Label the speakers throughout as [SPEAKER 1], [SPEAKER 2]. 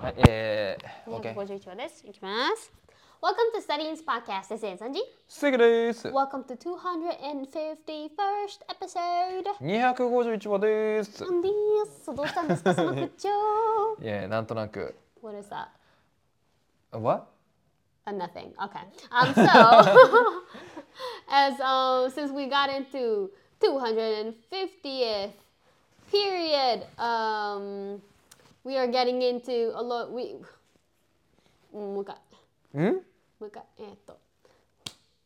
[SPEAKER 1] はい、えー、OK。
[SPEAKER 2] 251話です。いきます。Welcome to Studying's podcast. This is Anji.
[SPEAKER 1] 素敵です。
[SPEAKER 2] Welcome to 251st episode.
[SPEAKER 1] 251話です。
[SPEAKER 2] Andy です。どうしたんですかその口調。
[SPEAKER 1] いや、なんとなく。
[SPEAKER 2] What is that?
[SPEAKER 1] What?
[SPEAKER 2] Uh, nothing. Okay. Um, so, as um, since we got into 250th period, um, we are getting into a lot. We, mm, もう一回
[SPEAKER 1] ん
[SPEAKER 2] もう一回えーっと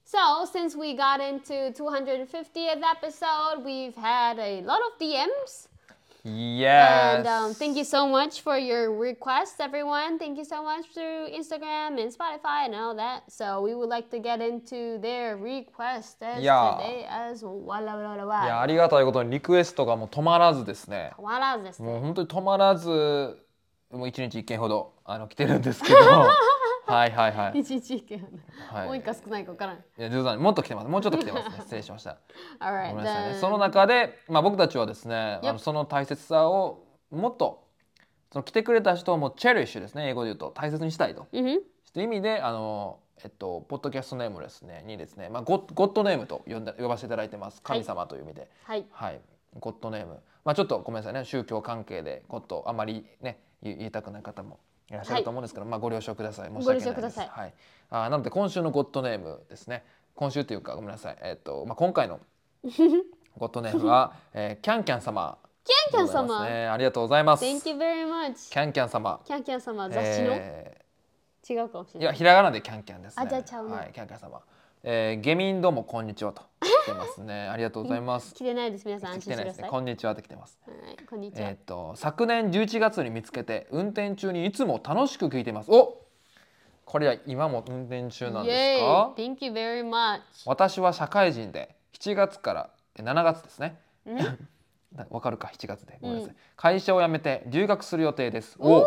[SPEAKER 2] So, since we got into 250th episode, we've had a lot of DMs.
[SPEAKER 1] Yes.
[SPEAKER 2] And um, thank you so much for your requests, everyone. Thank you so much through Instagram and Spotify and all that. So we would like to get into their requests
[SPEAKER 1] Yeah.
[SPEAKER 2] today as well.
[SPEAKER 1] いや、ありがたいことにリクエストがもう止まらずですね。
[SPEAKER 2] わらずです
[SPEAKER 1] もう
[SPEAKER 2] ね。
[SPEAKER 1] 本当に止まらず、もう一日一件ほどあの来てるん ですけど。はいはいはい。
[SPEAKER 2] 一日一件
[SPEAKER 1] はい
[SPEAKER 2] 多いか少ないか分からない。
[SPEAKER 1] いや、冗談もっと来てます。もうちょっと来てますね。失礼しました。
[SPEAKER 2] All
[SPEAKER 1] ご
[SPEAKER 2] right.
[SPEAKER 1] めんなさいね。
[SPEAKER 2] then-
[SPEAKER 1] その中で、まあ、僕たちはですね、
[SPEAKER 2] Yep.
[SPEAKER 1] あのその大切さをもっとその来てくれた人をもチェリッシュですね英語で言うと大切にしたいと。
[SPEAKER 2] うんふん
[SPEAKER 1] という意味であの、えっと、ポッドキャストネームですねにですね、まあ、ゴッゴッドネームと呼んだ呼ばせていただいてます
[SPEAKER 2] はい
[SPEAKER 1] 神様という意味で、
[SPEAKER 2] はい。
[SPEAKER 1] はいゴッドネーム、まあ、ちょっとごめんなさいね宗教関係でゴッドあまりね言言いたくない方もいらっしゃると思うんですけど、まあ、ご了承ください申し訳ないです
[SPEAKER 2] ご了承ください
[SPEAKER 1] はい、あーなので今週のゴッドネームですね今週というかごめんなさい、えっとまあ、今回 のゴッドネームは、えー、キャンキャン様
[SPEAKER 2] キャンキャ
[SPEAKER 1] でござい
[SPEAKER 2] ン
[SPEAKER 1] ます
[SPEAKER 2] 様。
[SPEAKER 1] ねありがとうございます
[SPEAKER 2] Thank you very much.
[SPEAKER 1] キャンキャン様
[SPEAKER 2] キャンキャン様、雑誌の
[SPEAKER 1] えー
[SPEAKER 2] 違うかもし
[SPEAKER 1] い
[SPEAKER 2] れ
[SPEAKER 1] や、
[SPEAKER 2] ない。
[SPEAKER 1] ひらがなでキャンキャンですね。
[SPEAKER 2] あじゃあちゃうね
[SPEAKER 1] はい、キャンキャン様。えー、下民どうもこんにちはと。来てますね。ありがとうございます。
[SPEAKER 2] 着てないです。皆 さん安
[SPEAKER 1] 来
[SPEAKER 2] 心
[SPEAKER 1] て
[SPEAKER 2] し
[SPEAKER 1] な
[SPEAKER 2] て
[SPEAKER 1] い
[SPEAKER 2] く
[SPEAKER 1] で
[SPEAKER 2] だ
[SPEAKER 1] す
[SPEAKER 2] さ
[SPEAKER 1] ね。こん
[SPEAKER 2] い。
[SPEAKER 1] にちはって来てます。
[SPEAKER 2] はいこんにち
[SPEAKER 1] え
[SPEAKER 2] は
[SPEAKER 1] ーっ。と、昨年11月に見つけて、運転中にいつも楽しく聞いています。お。これは今も運転中なん
[SPEAKER 2] イ
[SPEAKER 1] で
[SPEAKER 2] エ
[SPEAKER 1] す
[SPEAKER 2] ー
[SPEAKER 1] か
[SPEAKER 2] イ。Thank you very much.
[SPEAKER 1] 私は社会人で、7月から、え7月ですね。 なわかるか、7月で。ごめんなさい。
[SPEAKER 2] う
[SPEAKER 1] 会社を辞めて、留学する予定です。お。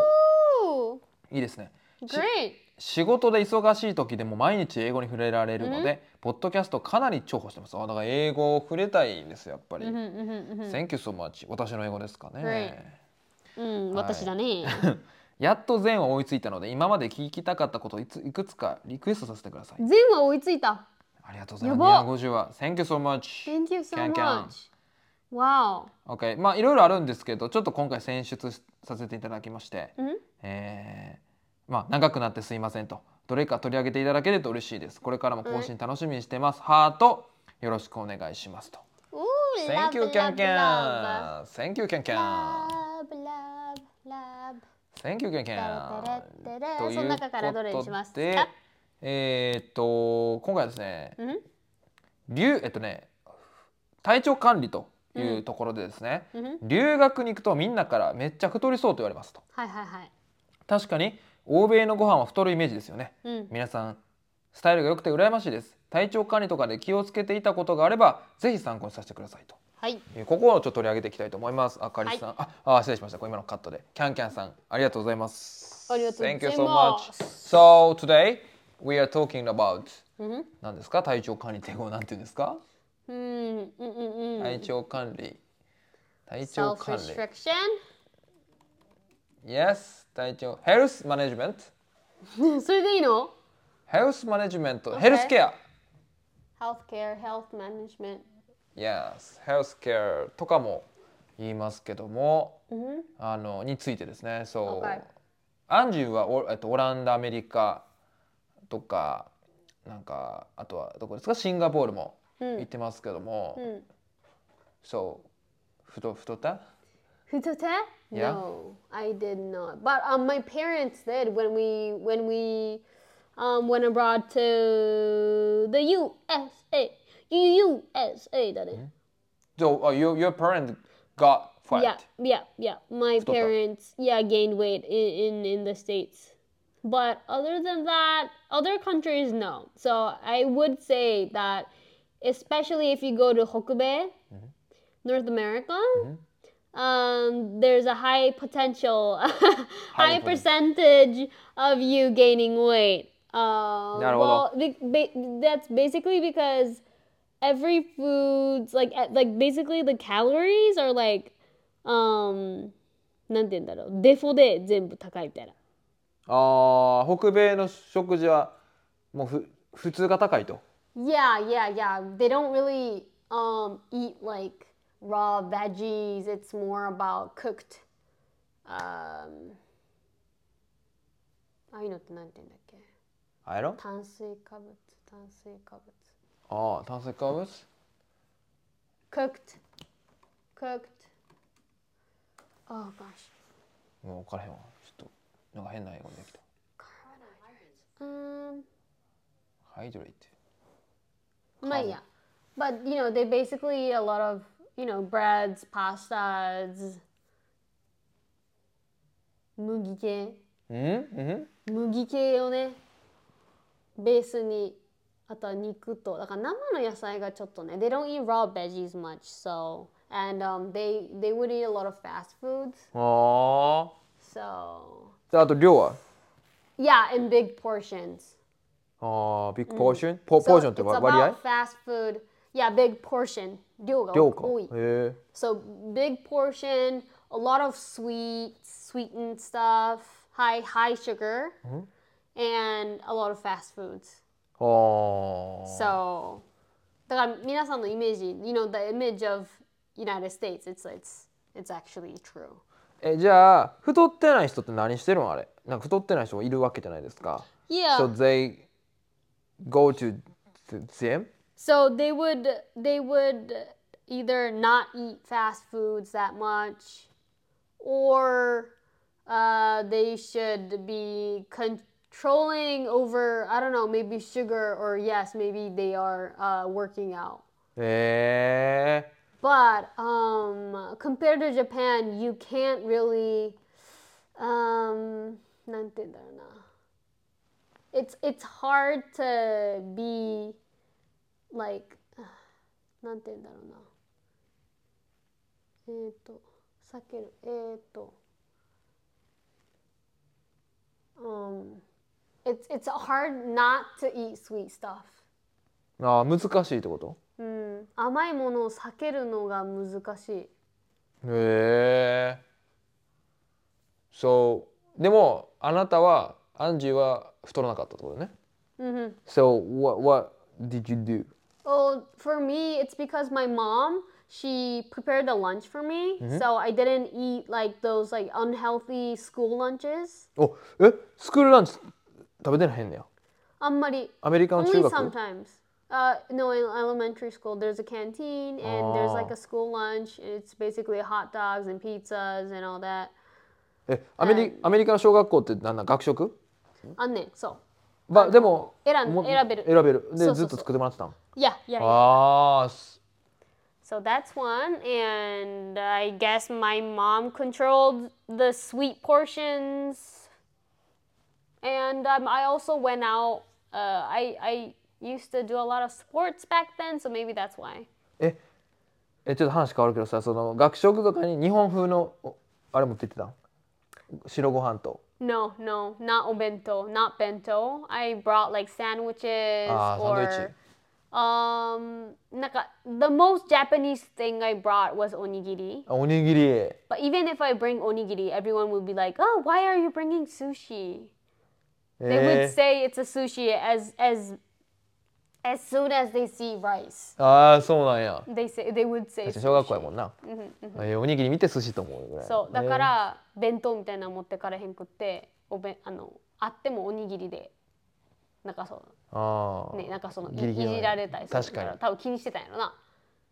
[SPEAKER 2] Ooh,
[SPEAKER 1] いいですね。し
[SPEAKER 2] great.
[SPEAKER 1] 仕事で忙しい時でも毎日英語に触れられるので、ポッドキャストかなり重宝してますあだから英語を触れたいんですよやっぱり、
[SPEAKER 2] うんうんうんうん
[SPEAKER 1] Thank you so much 私の英語ですかね、
[SPEAKER 2] うん、
[SPEAKER 1] はい
[SPEAKER 2] 私だね。
[SPEAKER 1] やっと全話追いついたので今まで聞きたかったことをいついくつかリクエストさせてください、
[SPEAKER 2] 全話追いついた。
[SPEAKER 1] ありがとうござい
[SPEAKER 2] やば
[SPEAKER 1] ます250話 Thank you so much
[SPEAKER 2] Thank you so
[SPEAKER 1] キャンキャン
[SPEAKER 2] much. Wow.
[SPEAKER 1] OK まあいろいろあるんですけどちょっと今回選出させていただきまして、
[SPEAKER 2] うん
[SPEAKER 1] えーまあ長くなってすいませんとどれか取り上げていただけると嬉しいですこれからも更新楽しみにしてます、ハートよろしくお願いしますと
[SPEAKER 2] Ooh, love,
[SPEAKER 1] Thank you
[SPEAKER 2] love,
[SPEAKER 1] can
[SPEAKER 2] love.
[SPEAKER 1] can Thank you can can
[SPEAKER 2] Love, love, love.
[SPEAKER 1] Thank you can can
[SPEAKER 2] てれてれてれその中からどれにしますか
[SPEAKER 1] でえーっと今回はですね
[SPEAKER 2] うん
[SPEAKER 1] 留えっとね体調管理というところでですね、
[SPEAKER 2] うん
[SPEAKER 1] 留学に行くとみんなからめっちゃ太りそうと言われますと
[SPEAKER 2] はいはいはい。
[SPEAKER 1] 確かに欧米のご飯は太るイメージですよね
[SPEAKER 2] うん。
[SPEAKER 1] 皆さんスタイルが良くて羨ましいです体調管理とかで気をつけていたことがあればぜひ参考にさせてくださいと
[SPEAKER 2] はい。
[SPEAKER 1] いうここをちょっと取り上げていきたいと思いますあかりさん、ああ失礼しましたこれ今のカットでキャンキャンさんありがとうございます
[SPEAKER 2] ありがとうござい
[SPEAKER 1] Thank you
[SPEAKER 2] ま
[SPEAKER 1] so
[SPEAKER 2] す
[SPEAKER 1] much So today we are talking about
[SPEAKER 2] うん。
[SPEAKER 1] 何ですか体調管理って英語なんて言うんですか、
[SPEAKER 2] うんうんうんうん。
[SPEAKER 1] 体調管理体調
[SPEAKER 2] Self
[SPEAKER 1] 管理
[SPEAKER 2] restriction.
[SPEAKER 1] Yes 体調 Health management
[SPEAKER 2] それでいいの
[SPEAKER 1] Health management Health care
[SPEAKER 2] ？Healthcare, health management.
[SPEAKER 1] Yes, healthcare とかも言いますけども、
[SPEAKER 2] ん
[SPEAKER 1] あのについてですね。そう、
[SPEAKER 2] Okay
[SPEAKER 1] アンジュはおえっとオランダ、アメリカとかなんかあとはどこですか？シンガポールも
[SPEAKER 2] うん
[SPEAKER 1] 行ってますけども、
[SPEAKER 2] うん。
[SPEAKER 1] そう太太った？
[SPEAKER 2] Futete?
[SPEAKER 1] Yeah.
[SPEAKER 2] No, I did not. But um, my parents did when we when we um, went abroad to the USA. USA, that is.
[SPEAKER 1] So uh, your your parent got fat.
[SPEAKER 2] Yeah, yeah, yeah. My
[SPEAKER 1] up.
[SPEAKER 2] parents, yeah, gained weight in, in in the states. But other than that, other countries no. So I would say that, especially if you go to Hokube, North America, um, there's a high potential, high
[SPEAKER 1] poten-
[SPEAKER 2] percentage of you gaining weight. Um,
[SPEAKER 1] なるほど。
[SPEAKER 2] well, be- ba- that's basically because every food's like at- like basically the calories are like um なんて言うんだろうデフォで全部高いみたいな
[SPEAKER 1] ああ北米の食事はもうふ普通が高いと
[SPEAKER 2] Yeah, yeah, yeah. They don't really um eat like raw veggies. It's more about cooked. Um, ああいうのってなんて言うんだっけ
[SPEAKER 1] あれやろ
[SPEAKER 2] 炭水化物、炭水化物。
[SPEAKER 1] ああ炭水化物
[SPEAKER 2] Cooked, cooked. Oh gosh.
[SPEAKER 1] もう分からへんわちょっとなんか変な英語できた
[SPEAKER 2] Um,
[SPEAKER 1] ハイドレイって
[SPEAKER 2] まあいいや。But you know, they basically eat a lot of you know breads, pastas, 麦系。
[SPEAKER 1] うんうん
[SPEAKER 2] 麦系をねベースにあとは肉とだから生の野菜がちょっとね they don't eat raw veggies much so and、um, they they would eat a lot of fast foods
[SPEAKER 1] ああ
[SPEAKER 2] so
[SPEAKER 1] じゃああと量は
[SPEAKER 2] yeah in big portions
[SPEAKER 1] ああビッグポーション、ポ
[SPEAKER 2] so
[SPEAKER 1] ポーションって
[SPEAKER 2] it's
[SPEAKER 1] わ
[SPEAKER 2] about
[SPEAKER 1] 割合
[SPEAKER 2] fast food yeah big portion 量が
[SPEAKER 1] 量か
[SPEAKER 2] 多い
[SPEAKER 1] へえ
[SPEAKER 2] so big portion a lot of sweet sweetened stuff high high sugar and a lot of fast foods
[SPEAKER 1] ああ
[SPEAKER 2] So, だから皆さんのイメージ、you know, the image of United States, it's, it's, it's actually true.
[SPEAKER 1] えじゃあ太ってない人って何してるのあれなんか太ってない人がいるわけじゃないですか
[SPEAKER 2] Yeah.
[SPEAKER 1] So
[SPEAKER 2] So,
[SPEAKER 1] they go to the gym
[SPEAKER 2] they would, they would either not eat fast foods that much or uh, they should be controlling over, I don't know, maybe sugar or yes, maybe they are uh, working out.
[SPEAKER 1] へえ
[SPEAKER 2] But um, compared to Japan, you can't really. Um, なんて言うんだろうな。it's it's hard to be like なんて言うんだろうな。えっ、ー、と、避ける。えっ、ー、と。Um, it's it's hard not to eat sweet stuff.
[SPEAKER 1] ああ難しいってこと
[SPEAKER 2] うん、甘いものを避けるのが難しい。
[SPEAKER 1] へえそうでもあなたはアンジーは太らなかったってことね
[SPEAKER 2] Mhm.
[SPEAKER 1] So what, what did you do?
[SPEAKER 2] Oh, for me, it's because my mom she prepared the lunch for me, so I didn't eat like those like unhealthy school lunches.
[SPEAKER 1] おえスクールランチ食べてないへんねや
[SPEAKER 2] あんまり。
[SPEAKER 1] アメリカの中
[SPEAKER 2] Um, Only
[SPEAKER 1] 学
[SPEAKER 2] sometimes. Uh, no, in elementary school, there's a canteen and there's like
[SPEAKER 1] Oh.
[SPEAKER 2] a school lunch. And it's basically hot dogs and pizzas and all that.
[SPEAKER 1] えアメリアメリカの小学校ってなんなん学食ばでも
[SPEAKER 2] 選ん
[SPEAKER 1] も
[SPEAKER 2] 選べる
[SPEAKER 1] 選べる
[SPEAKER 2] そうそ
[SPEAKER 1] で
[SPEAKER 2] う
[SPEAKER 1] ず
[SPEAKER 2] そう
[SPEAKER 1] っと作ってもらってたの
[SPEAKER 2] Yeah, yeah, yeah.
[SPEAKER 1] ああ
[SPEAKER 2] So that's one. And I guess my mom controlled the sweet portions. And um, I also went out. Uh, I, I used to do a lot of sports back then, so maybe that's why.
[SPEAKER 1] ええちょっと話変わるけどさその学食とかに日本風のおあれ持って行ってたん白ご飯と
[SPEAKER 2] No, no, not obento, not bento. I brought like sandwiches
[SPEAKER 1] ああサンドイッチ
[SPEAKER 2] or um, なんか the most Japanese thing I brought was onigiri.
[SPEAKER 1] あおにぎり
[SPEAKER 2] But even if I bring onigiri, everyone would be like, "Oh, why are you bringing sushi?" They would
[SPEAKER 1] えー
[SPEAKER 2] say it's a sushi as as as soon as they see rice.
[SPEAKER 1] ああそうなんや
[SPEAKER 2] They say they would say
[SPEAKER 1] 小学校や
[SPEAKER 2] sushi.
[SPEAKER 1] もんな、えーおにぎり見て寿司と思うぐらい
[SPEAKER 2] そうだから弁当みたいなの持ってかれへんくっておべんあのあってもおにぎりでなんかそう
[SPEAKER 1] ああ、
[SPEAKER 2] ねなんかそのい
[SPEAKER 1] ギリギリ
[SPEAKER 2] いじられたりする
[SPEAKER 1] 確かに
[SPEAKER 2] ら多分気にしてたんやろな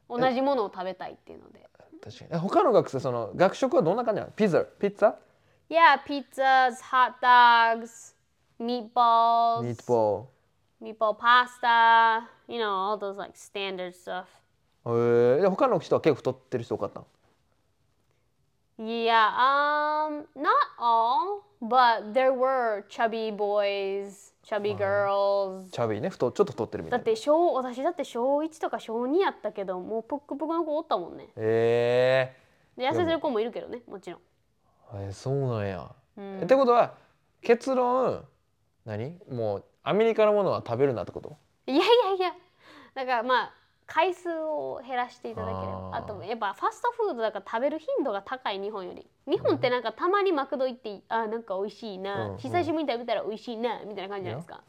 [SPEAKER 2] 同じものを食べたいっていうので
[SPEAKER 1] 確かにえ他の学生その学食はどんな感じなのピザピッツァ
[SPEAKER 2] Yeah pizzas hot dogs meatballs
[SPEAKER 1] ミートボ
[SPEAKER 2] meatball pasta, you know, all those like standard stuff.
[SPEAKER 1] ールへえで他の人は結構太ってる人多かったの
[SPEAKER 2] Yeah, um, not all, but there were chubby boys, chubby girls.
[SPEAKER 1] チャビーね太ちょっと太ってるみた
[SPEAKER 2] だ
[SPEAKER 1] い
[SPEAKER 2] っ
[SPEAKER 1] な
[SPEAKER 2] て小私だって小1とか小2やったけどもうぷっくぷくの子おったもんね
[SPEAKER 1] え
[SPEAKER 2] で痩せてる子もいるけどねもちろん
[SPEAKER 1] ー、えーそうなんや、ってことは結論何もうアメリカのものは食べるなってこと
[SPEAKER 2] いやいやいやだからまあ回数を減らしていただければ
[SPEAKER 1] あー
[SPEAKER 2] あとやっぱファストフードだから食べる頻度が高い日本より日本ってなんかたまにマクド行ってあーなんか美味しいな、
[SPEAKER 1] うんうん
[SPEAKER 2] 久しぶりに食べたら美味しいなみたいな感じじゃないですか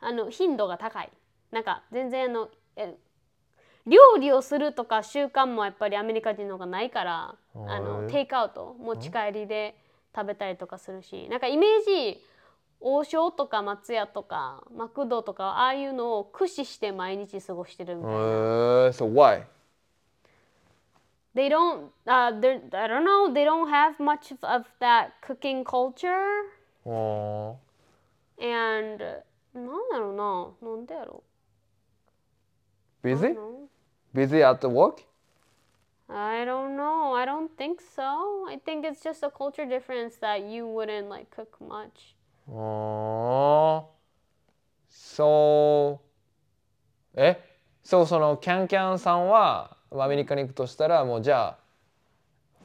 [SPEAKER 2] あの頻度が高いなんか全然あのえ料理をするとか習慣もやっぱりアメリカ人の方がないからあ
[SPEAKER 1] へ
[SPEAKER 2] の
[SPEAKER 1] え
[SPEAKER 2] テイクアウト持ち帰りで食べたりとかするしなんかイメージ王将とか松屋とかマクドとかああいうのを駆使して毎日過ごしてるみたいな。
[SPEAKER 1] Uh, so why?
[SPEAKER 2] they don't uh they're- i don't know they don't have much of, of that cooking culture
[SPEAKER 1] あ
[SPEAKER 2] and なんだろうななんでやろ
[SPEAKER 1] ー
[SPEAKER 2] う
[SPEAKER 1] busy? Busy at the work?
[SPEAKER 2] I don't know I don't think so I think it's just a culture difference that you wouldn't like cook much
[SPEAKER 1] ああ。そう。えそう、その、キャンキャンさんは、アメリカに行くとしたら、もうじゃ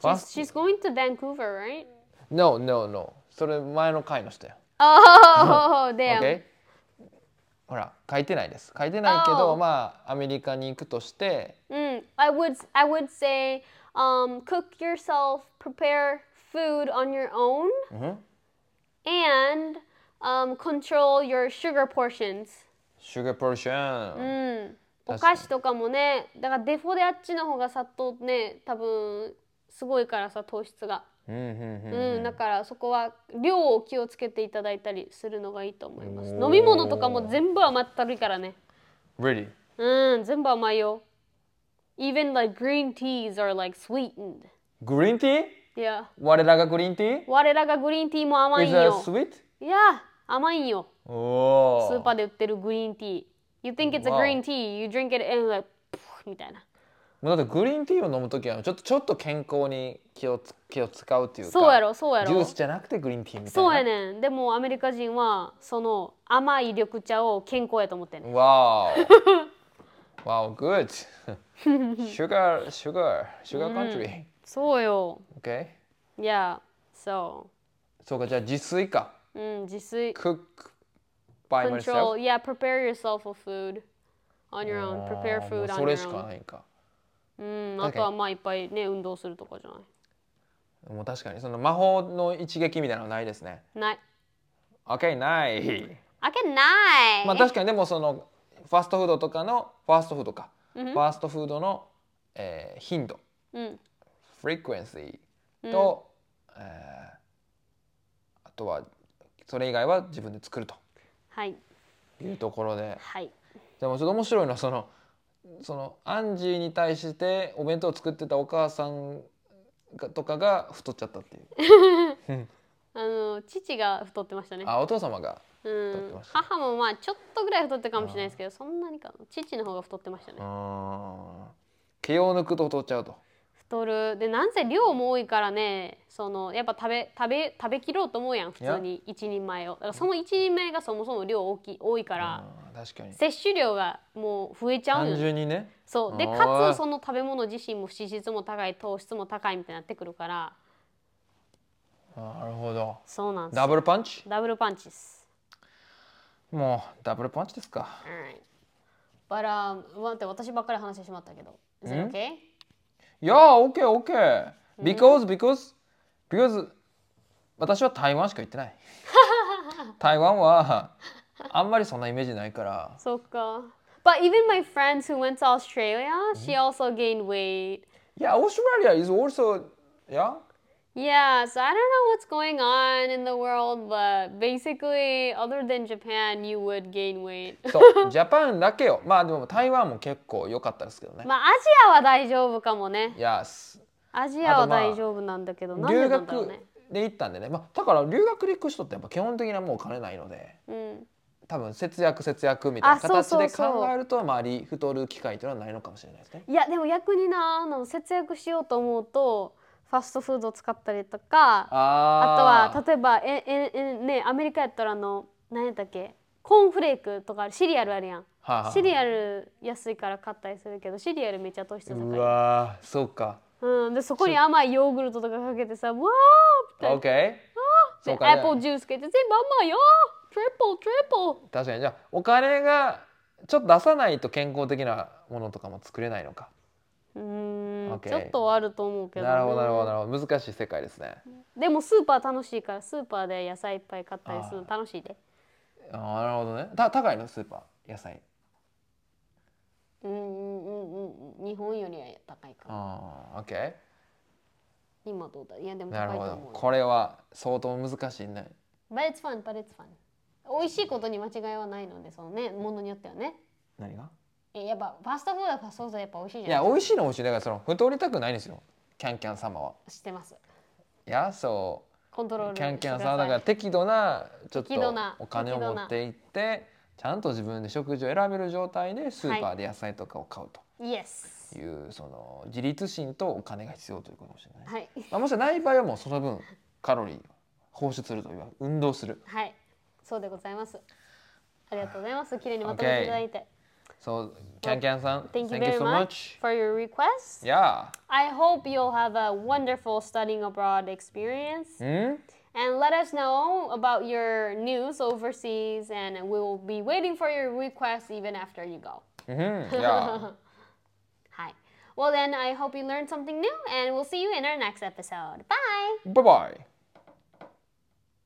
[SPEAKER 1] あ、ファ
[SPEAKER 2] she's,
[SPEAKER 1] ス
[SPEAKER 2] she's going to Vancouver right
[SPEAKER 1] No, no, no. それ、前の回の人や。
[SPEAKER 2] oh damn
[SPEAKER 1] OK? ほら、書いてないです。書いてないけど、
[SPEAKER 2] Oh.
[SPEAKER 1] まあ、アメリカに行くとして、
[SPEAKER 2] Mm, I would I would say um, cook yourself, prepare food on your own, and um, control your sugar portions.
[SPEAKER 1] シュガーポーション。
[SPEAKER 2] お
[SPEAKER 1] 確かに
[SPEAKER 2] 菓子とかもね、だからデフォであっちの方が砂糖ね、多分すごいからさ糖質が。
[SPEAKER 1] うん、うん、うん。
[SPEAKER 2] うん、だからそこは量を気をつけていただいたりするのがいいと思います。
[SPEAKER 1] おー
[SPEAKER 2] 飲み物とかも全部甘ったるいからね。
[SPEAKER 1] Really?
[SPEAKER 2] うん、全部甘いよ。Even like green teas are like sweetened.
[SPEAKER 1] グリーンティー
[SPEAKER 2] Yeah.
[SPEAKER 1] 我らがグリーンティー
[SPEAKER 2] 我らがグリーンティーも甘いん
[SPEAKER 1] ?Is that
[SPEAKER 2] よ。
[SPEAKER 1] sweet?
[SPEAKER 2] いや、甘いんよ。
[SPEAKER 1] お
[SPEAKER 2] スーパーで売ってるグリーンティー。You think it's a
[SPEAKER 1] Wow.
[SPEAKER 2] green tea, you drink it and like, プフみたいな。
[SPEAKER 1] もうだってグリーンティーを飲むときはちょっとちょっと健康に気をつ気を使うっていうか
[SPEAKER 2] そうやろ、そうや
[SPEAKER 1] ジュー
[SPEAKER 2] ろ
[SPEAKER 1] ス。じゃなくてグリーンティーみたいな
[SPEAKER 2] そうやねん。でもアメリカ人は、その甘い緑茶を健康やと思ってんねん。
[SPEAKER 1] わおわおグッドシュガーシュガーシュガーカントリー
[SPEAKER 2] そうよ。
[SPEAKER 1] OK
[SPEAKER 2] いや、そ
[SPEAKER 1] そうかじゃあ自炊か
[SPEAKER 2] う。うん、自炊。
[SPEAKER 1] cook by myself
[SPEAKER 2] Control. Yeah, prepare yourself with food. On your
[SPEAKER 1] あー
[SPEAKER 2] own. Prepare
[SPEAKER 1] も
[SPEAKER 2] food
[SPEAKER 1] う
[SPEAKER 2] on
[SPEAKER 1] そ
[SPEAKER 2] your
[SPEAKER 1] れしか
[SPEAKER 2] own.
[SPEAKER 1] ないか
[SPEAKER 2] うん、あとはまあいっぱいね、運動するとかじゃない。
[SPEAKER 1] もう確かにその魔法の一撃みたいなのはないですね
[SPEAKER 2] ない。
[SPEAKER 1] OK ない
[SPEAKER 2] あけない。
[SPEAKER 1] まあ確かにでもそのファストフードとかのファーストフードか、
[SPEAKER 2] うん
[SPEAKER 1] ファーストフードの、えー頻度
[SPEAKER 2] うん。
[SPEAKER 1] frequency と、えーあとはそれ以外は自分で作ると
[SPEAKER 2] はい。
[SPEAKER 1] いうところで
[SPEAKER 2] はい。
[SPEAKER 1] でもちょっと面白いのはそのそのアンジーに対してお弁当を作ってたお母さんがとかが太っちゃったっていう
[SPEAKER 2] あの父が太ってましたね。
[SPEAKER 1] あお父様が
[SPEAKER 2] う
[SPEAKER 1] 太って
[SPEAKER 2] ん
[SPEAKER 1] まし。た
[SPEAKER 2] 母もまあちょっとぐらい太ってるかもしれないですけど、そんなにかな。父の方が太ってました
[SPEAKER 1] う
[SPEAKER 2] ね。
[SPEAKER 1] ーん毛を抜くと太っちゃうと
[SPEAKER 2] 太る。で、なんせ量も多いからね、そのやっぱ食べ食べ食べきろうと思うやん。普通に一人前を。だからその一人前がそもそも量大きい多いから、
[SPEAKER 1] あー確かに
[SPEAKER 2] 摂取量がもう増えちゃう
[SPEAKER 1] 単
[SPEAKER 2] んよね。
[SPEAKER 1] 純にね
[SPEAKER 2] そう。で、
[SPEAKER 1] あー
[SPEAKER 2] かつその食べ物自身も脂質も高い、糖質も高いみたいになってくるから、
[SPEAKER 1] あーなるほど
[SPEAKER 2] そうなんです
[SPEAKER 1] ダ
[SPEAKER 2] よ。
[SPEAKER 1] ブルパンチ
[SPEAKER 2] ダブルパンチです。
[SPEAKER 1] もうダブルパンチですか
[SPEAKER 2] Alright. But um, 待って私ばっかり話してしまったけど。Is it okay?
[SPEAKER 1] Yeah, okay, okay. Because, because, because 私は台湾しか行って ない。台湾はあんまりそんなイメージないから。
[SPEAKER 2] そうか。But even my friends who went to Australia, she also gained weight.
[SPEAKER 1] Yeah, Australia is also, yeah.
[SPEAKER 2] Yeah, so I don't know what's going on in the world, but basically, other than Japan, you would gain weight.
[SPEAKER 1] そう、ジャパンだけよ。まあでも台湾も結構良かったですけどね。
[SPEAKER 2] まあ、アジアは大丈夫かもね。
[SPEAKER 1] Yes.
[SPEAKER 2] アジア
[SPEAKER 1] あ
[SPEAKER 2] は
[SPEAKER 1] とまあ
[SPEAKER 2] 大丈夫なんだけど、なんで
[SPEAKER 1] 留
[SPEAKER 2] なんだろう
[SPEAKER 1] 学
[SPEAKER 2] ね。
[SPEAKER 1] で行ったんでね。まあだから留学で行く人ってやっぱ基本的にはもうお金ないので。
[SPEAKER 2] うん。
[SPEAKER 1] 多分節約節約みたいな
[SPEAKER 2] あそう
[SPEAKER 1] 形
[SPEAKER 2] そう
[SPEAKER 1] で
[SPEAKER 2] そう
[SPEAKER 1] 考えるとまあり太る機会というのはないのかもしれないですね。
[SPEAKER 2] いや、でも逆にな、あの節約しようと思うと、ファストフードを使ったりとか、あ
[SPEAKER 1] あ
[SPEAKER 2] とは例えばえええねアメリカやったらあの何やったっけコーンフレークとかシリアルあるやん
[SPEAKER 1] とは
[SPEAKER 2] シリアル安いから買ったりするけどシリアルめっちゃ糖質
[SPEAKER 1] う
[SPEAKER 2] 高い、
[SPEAKER 1] わーそうか
[SPEAKER 2] うん、でそこに甘いヨーグルトとかかけてさわーって
[SPEAKER 1] OK そうか
[SPEAKER 2] アッ
[SPEAKER 1] じゃ
[SPEAKER 2] プ
[SPEAKER 1] あ
[SPEAKER 2] ルジュースかけて全部甘いよトリプルトリプ
[SPEAKER 1] 確かにじゃあお金がちょっと出さないと健康的なものとかも作れないのか。
[SPEAKER 2] うーん、
[SPEAKER 1] Okay.
[SPEAKER 2] ちょっとはあると思うけどね、
[SPEAKER 1] なるほどなるほどなるほど難しい世界ですね。
[SPEAKER 2] でもスーパー楽しいからスーパーで野菜いっぱい買ったりするの楽しいで
[SPEAKER 1] あーなるほどね。た高いのスーパー野菜。
[SPEAKER 2] うんうんうんうん日本よりは高いから
[SPEAKER 1] ああ、オッケー。
[SPEAKER 2] 今どうだいやでも
[SPEAKER 1] なる
[SPEAKER 2] 高い
[SPEAKER 1] ほ
[SPEAKER 2] と
[SPEAKER 1] ど
[SPEAKER 2] 思。うよ
[SPEAKER 1] これは相当難しいね。
[SPEAKER 2] But it's fun but it's fun 美味しいことに間違いはないのでそのねものによってはね
[SPEAKER 1] 何が？
[SPEAKER 2] えやっぱファストフードはファストフードでやっぱ美味しい
[SPEAKER 1] い
[SPEAKER 2] じゃ
[SPEAKER 1] や
[SPEAKER 2] ない
[SPEAKER 1] 美味しいの美味しいだからその太りたくないんですよ。キャンキャン様は。
[SPEAKER 2] 知ってます
[SPEAKER 1] いやそ
[SPEAKER 2] コントロー
[SPEAKER 1] う。
[SPEAKER 2] ル
[SPEAKER 1] キャンキャン
[SPEAKER 2] してくさ
[SPEAKER 1] 様
[SPEAKER 2] い
[SPEAKER 1] だから適度なちょっと
[SPEAKER 2] 適度な
[SPEAKER 1] お金を持っていってちゃんと自分で食事を選べる状態でスーパーで野菜とかを買うと。
[SPEAKER 2] Yes
[SPEAKER 1] いうその自立心とお金が必要ということかもしれない、
[SPEAKER 2] はい
[SPEAKER 1] まあ、もしない場合はもうその分カロリーを放出するというか運動する
[SPEAKER 2] はいそうでございますありがとうございます綺麗にまとめていただいて、
[SPEAKER 1] そうキャンキャンさん
[SPEAKER 2] Thank you very
[SPEAKER 1] so
[SPEAKER 2] much
[SPEAKER 1] much
[SPEAKER 2] for your request
[SPEAKER 1] yeah
[SPEAKER 2] I hope you'll have a wonderful studying abroad experience
[SPEAKER 1] うん
[SPEAKER 2] and let us know about your news overseas and we will be waiting for your request even after you go.
[SPEAKER 1] うん yeah
[SPEAKER 2] Hi. Well then I hope you learned something new and we'll see you in our next episode. Bye.
[SPEAKER 1] bye bye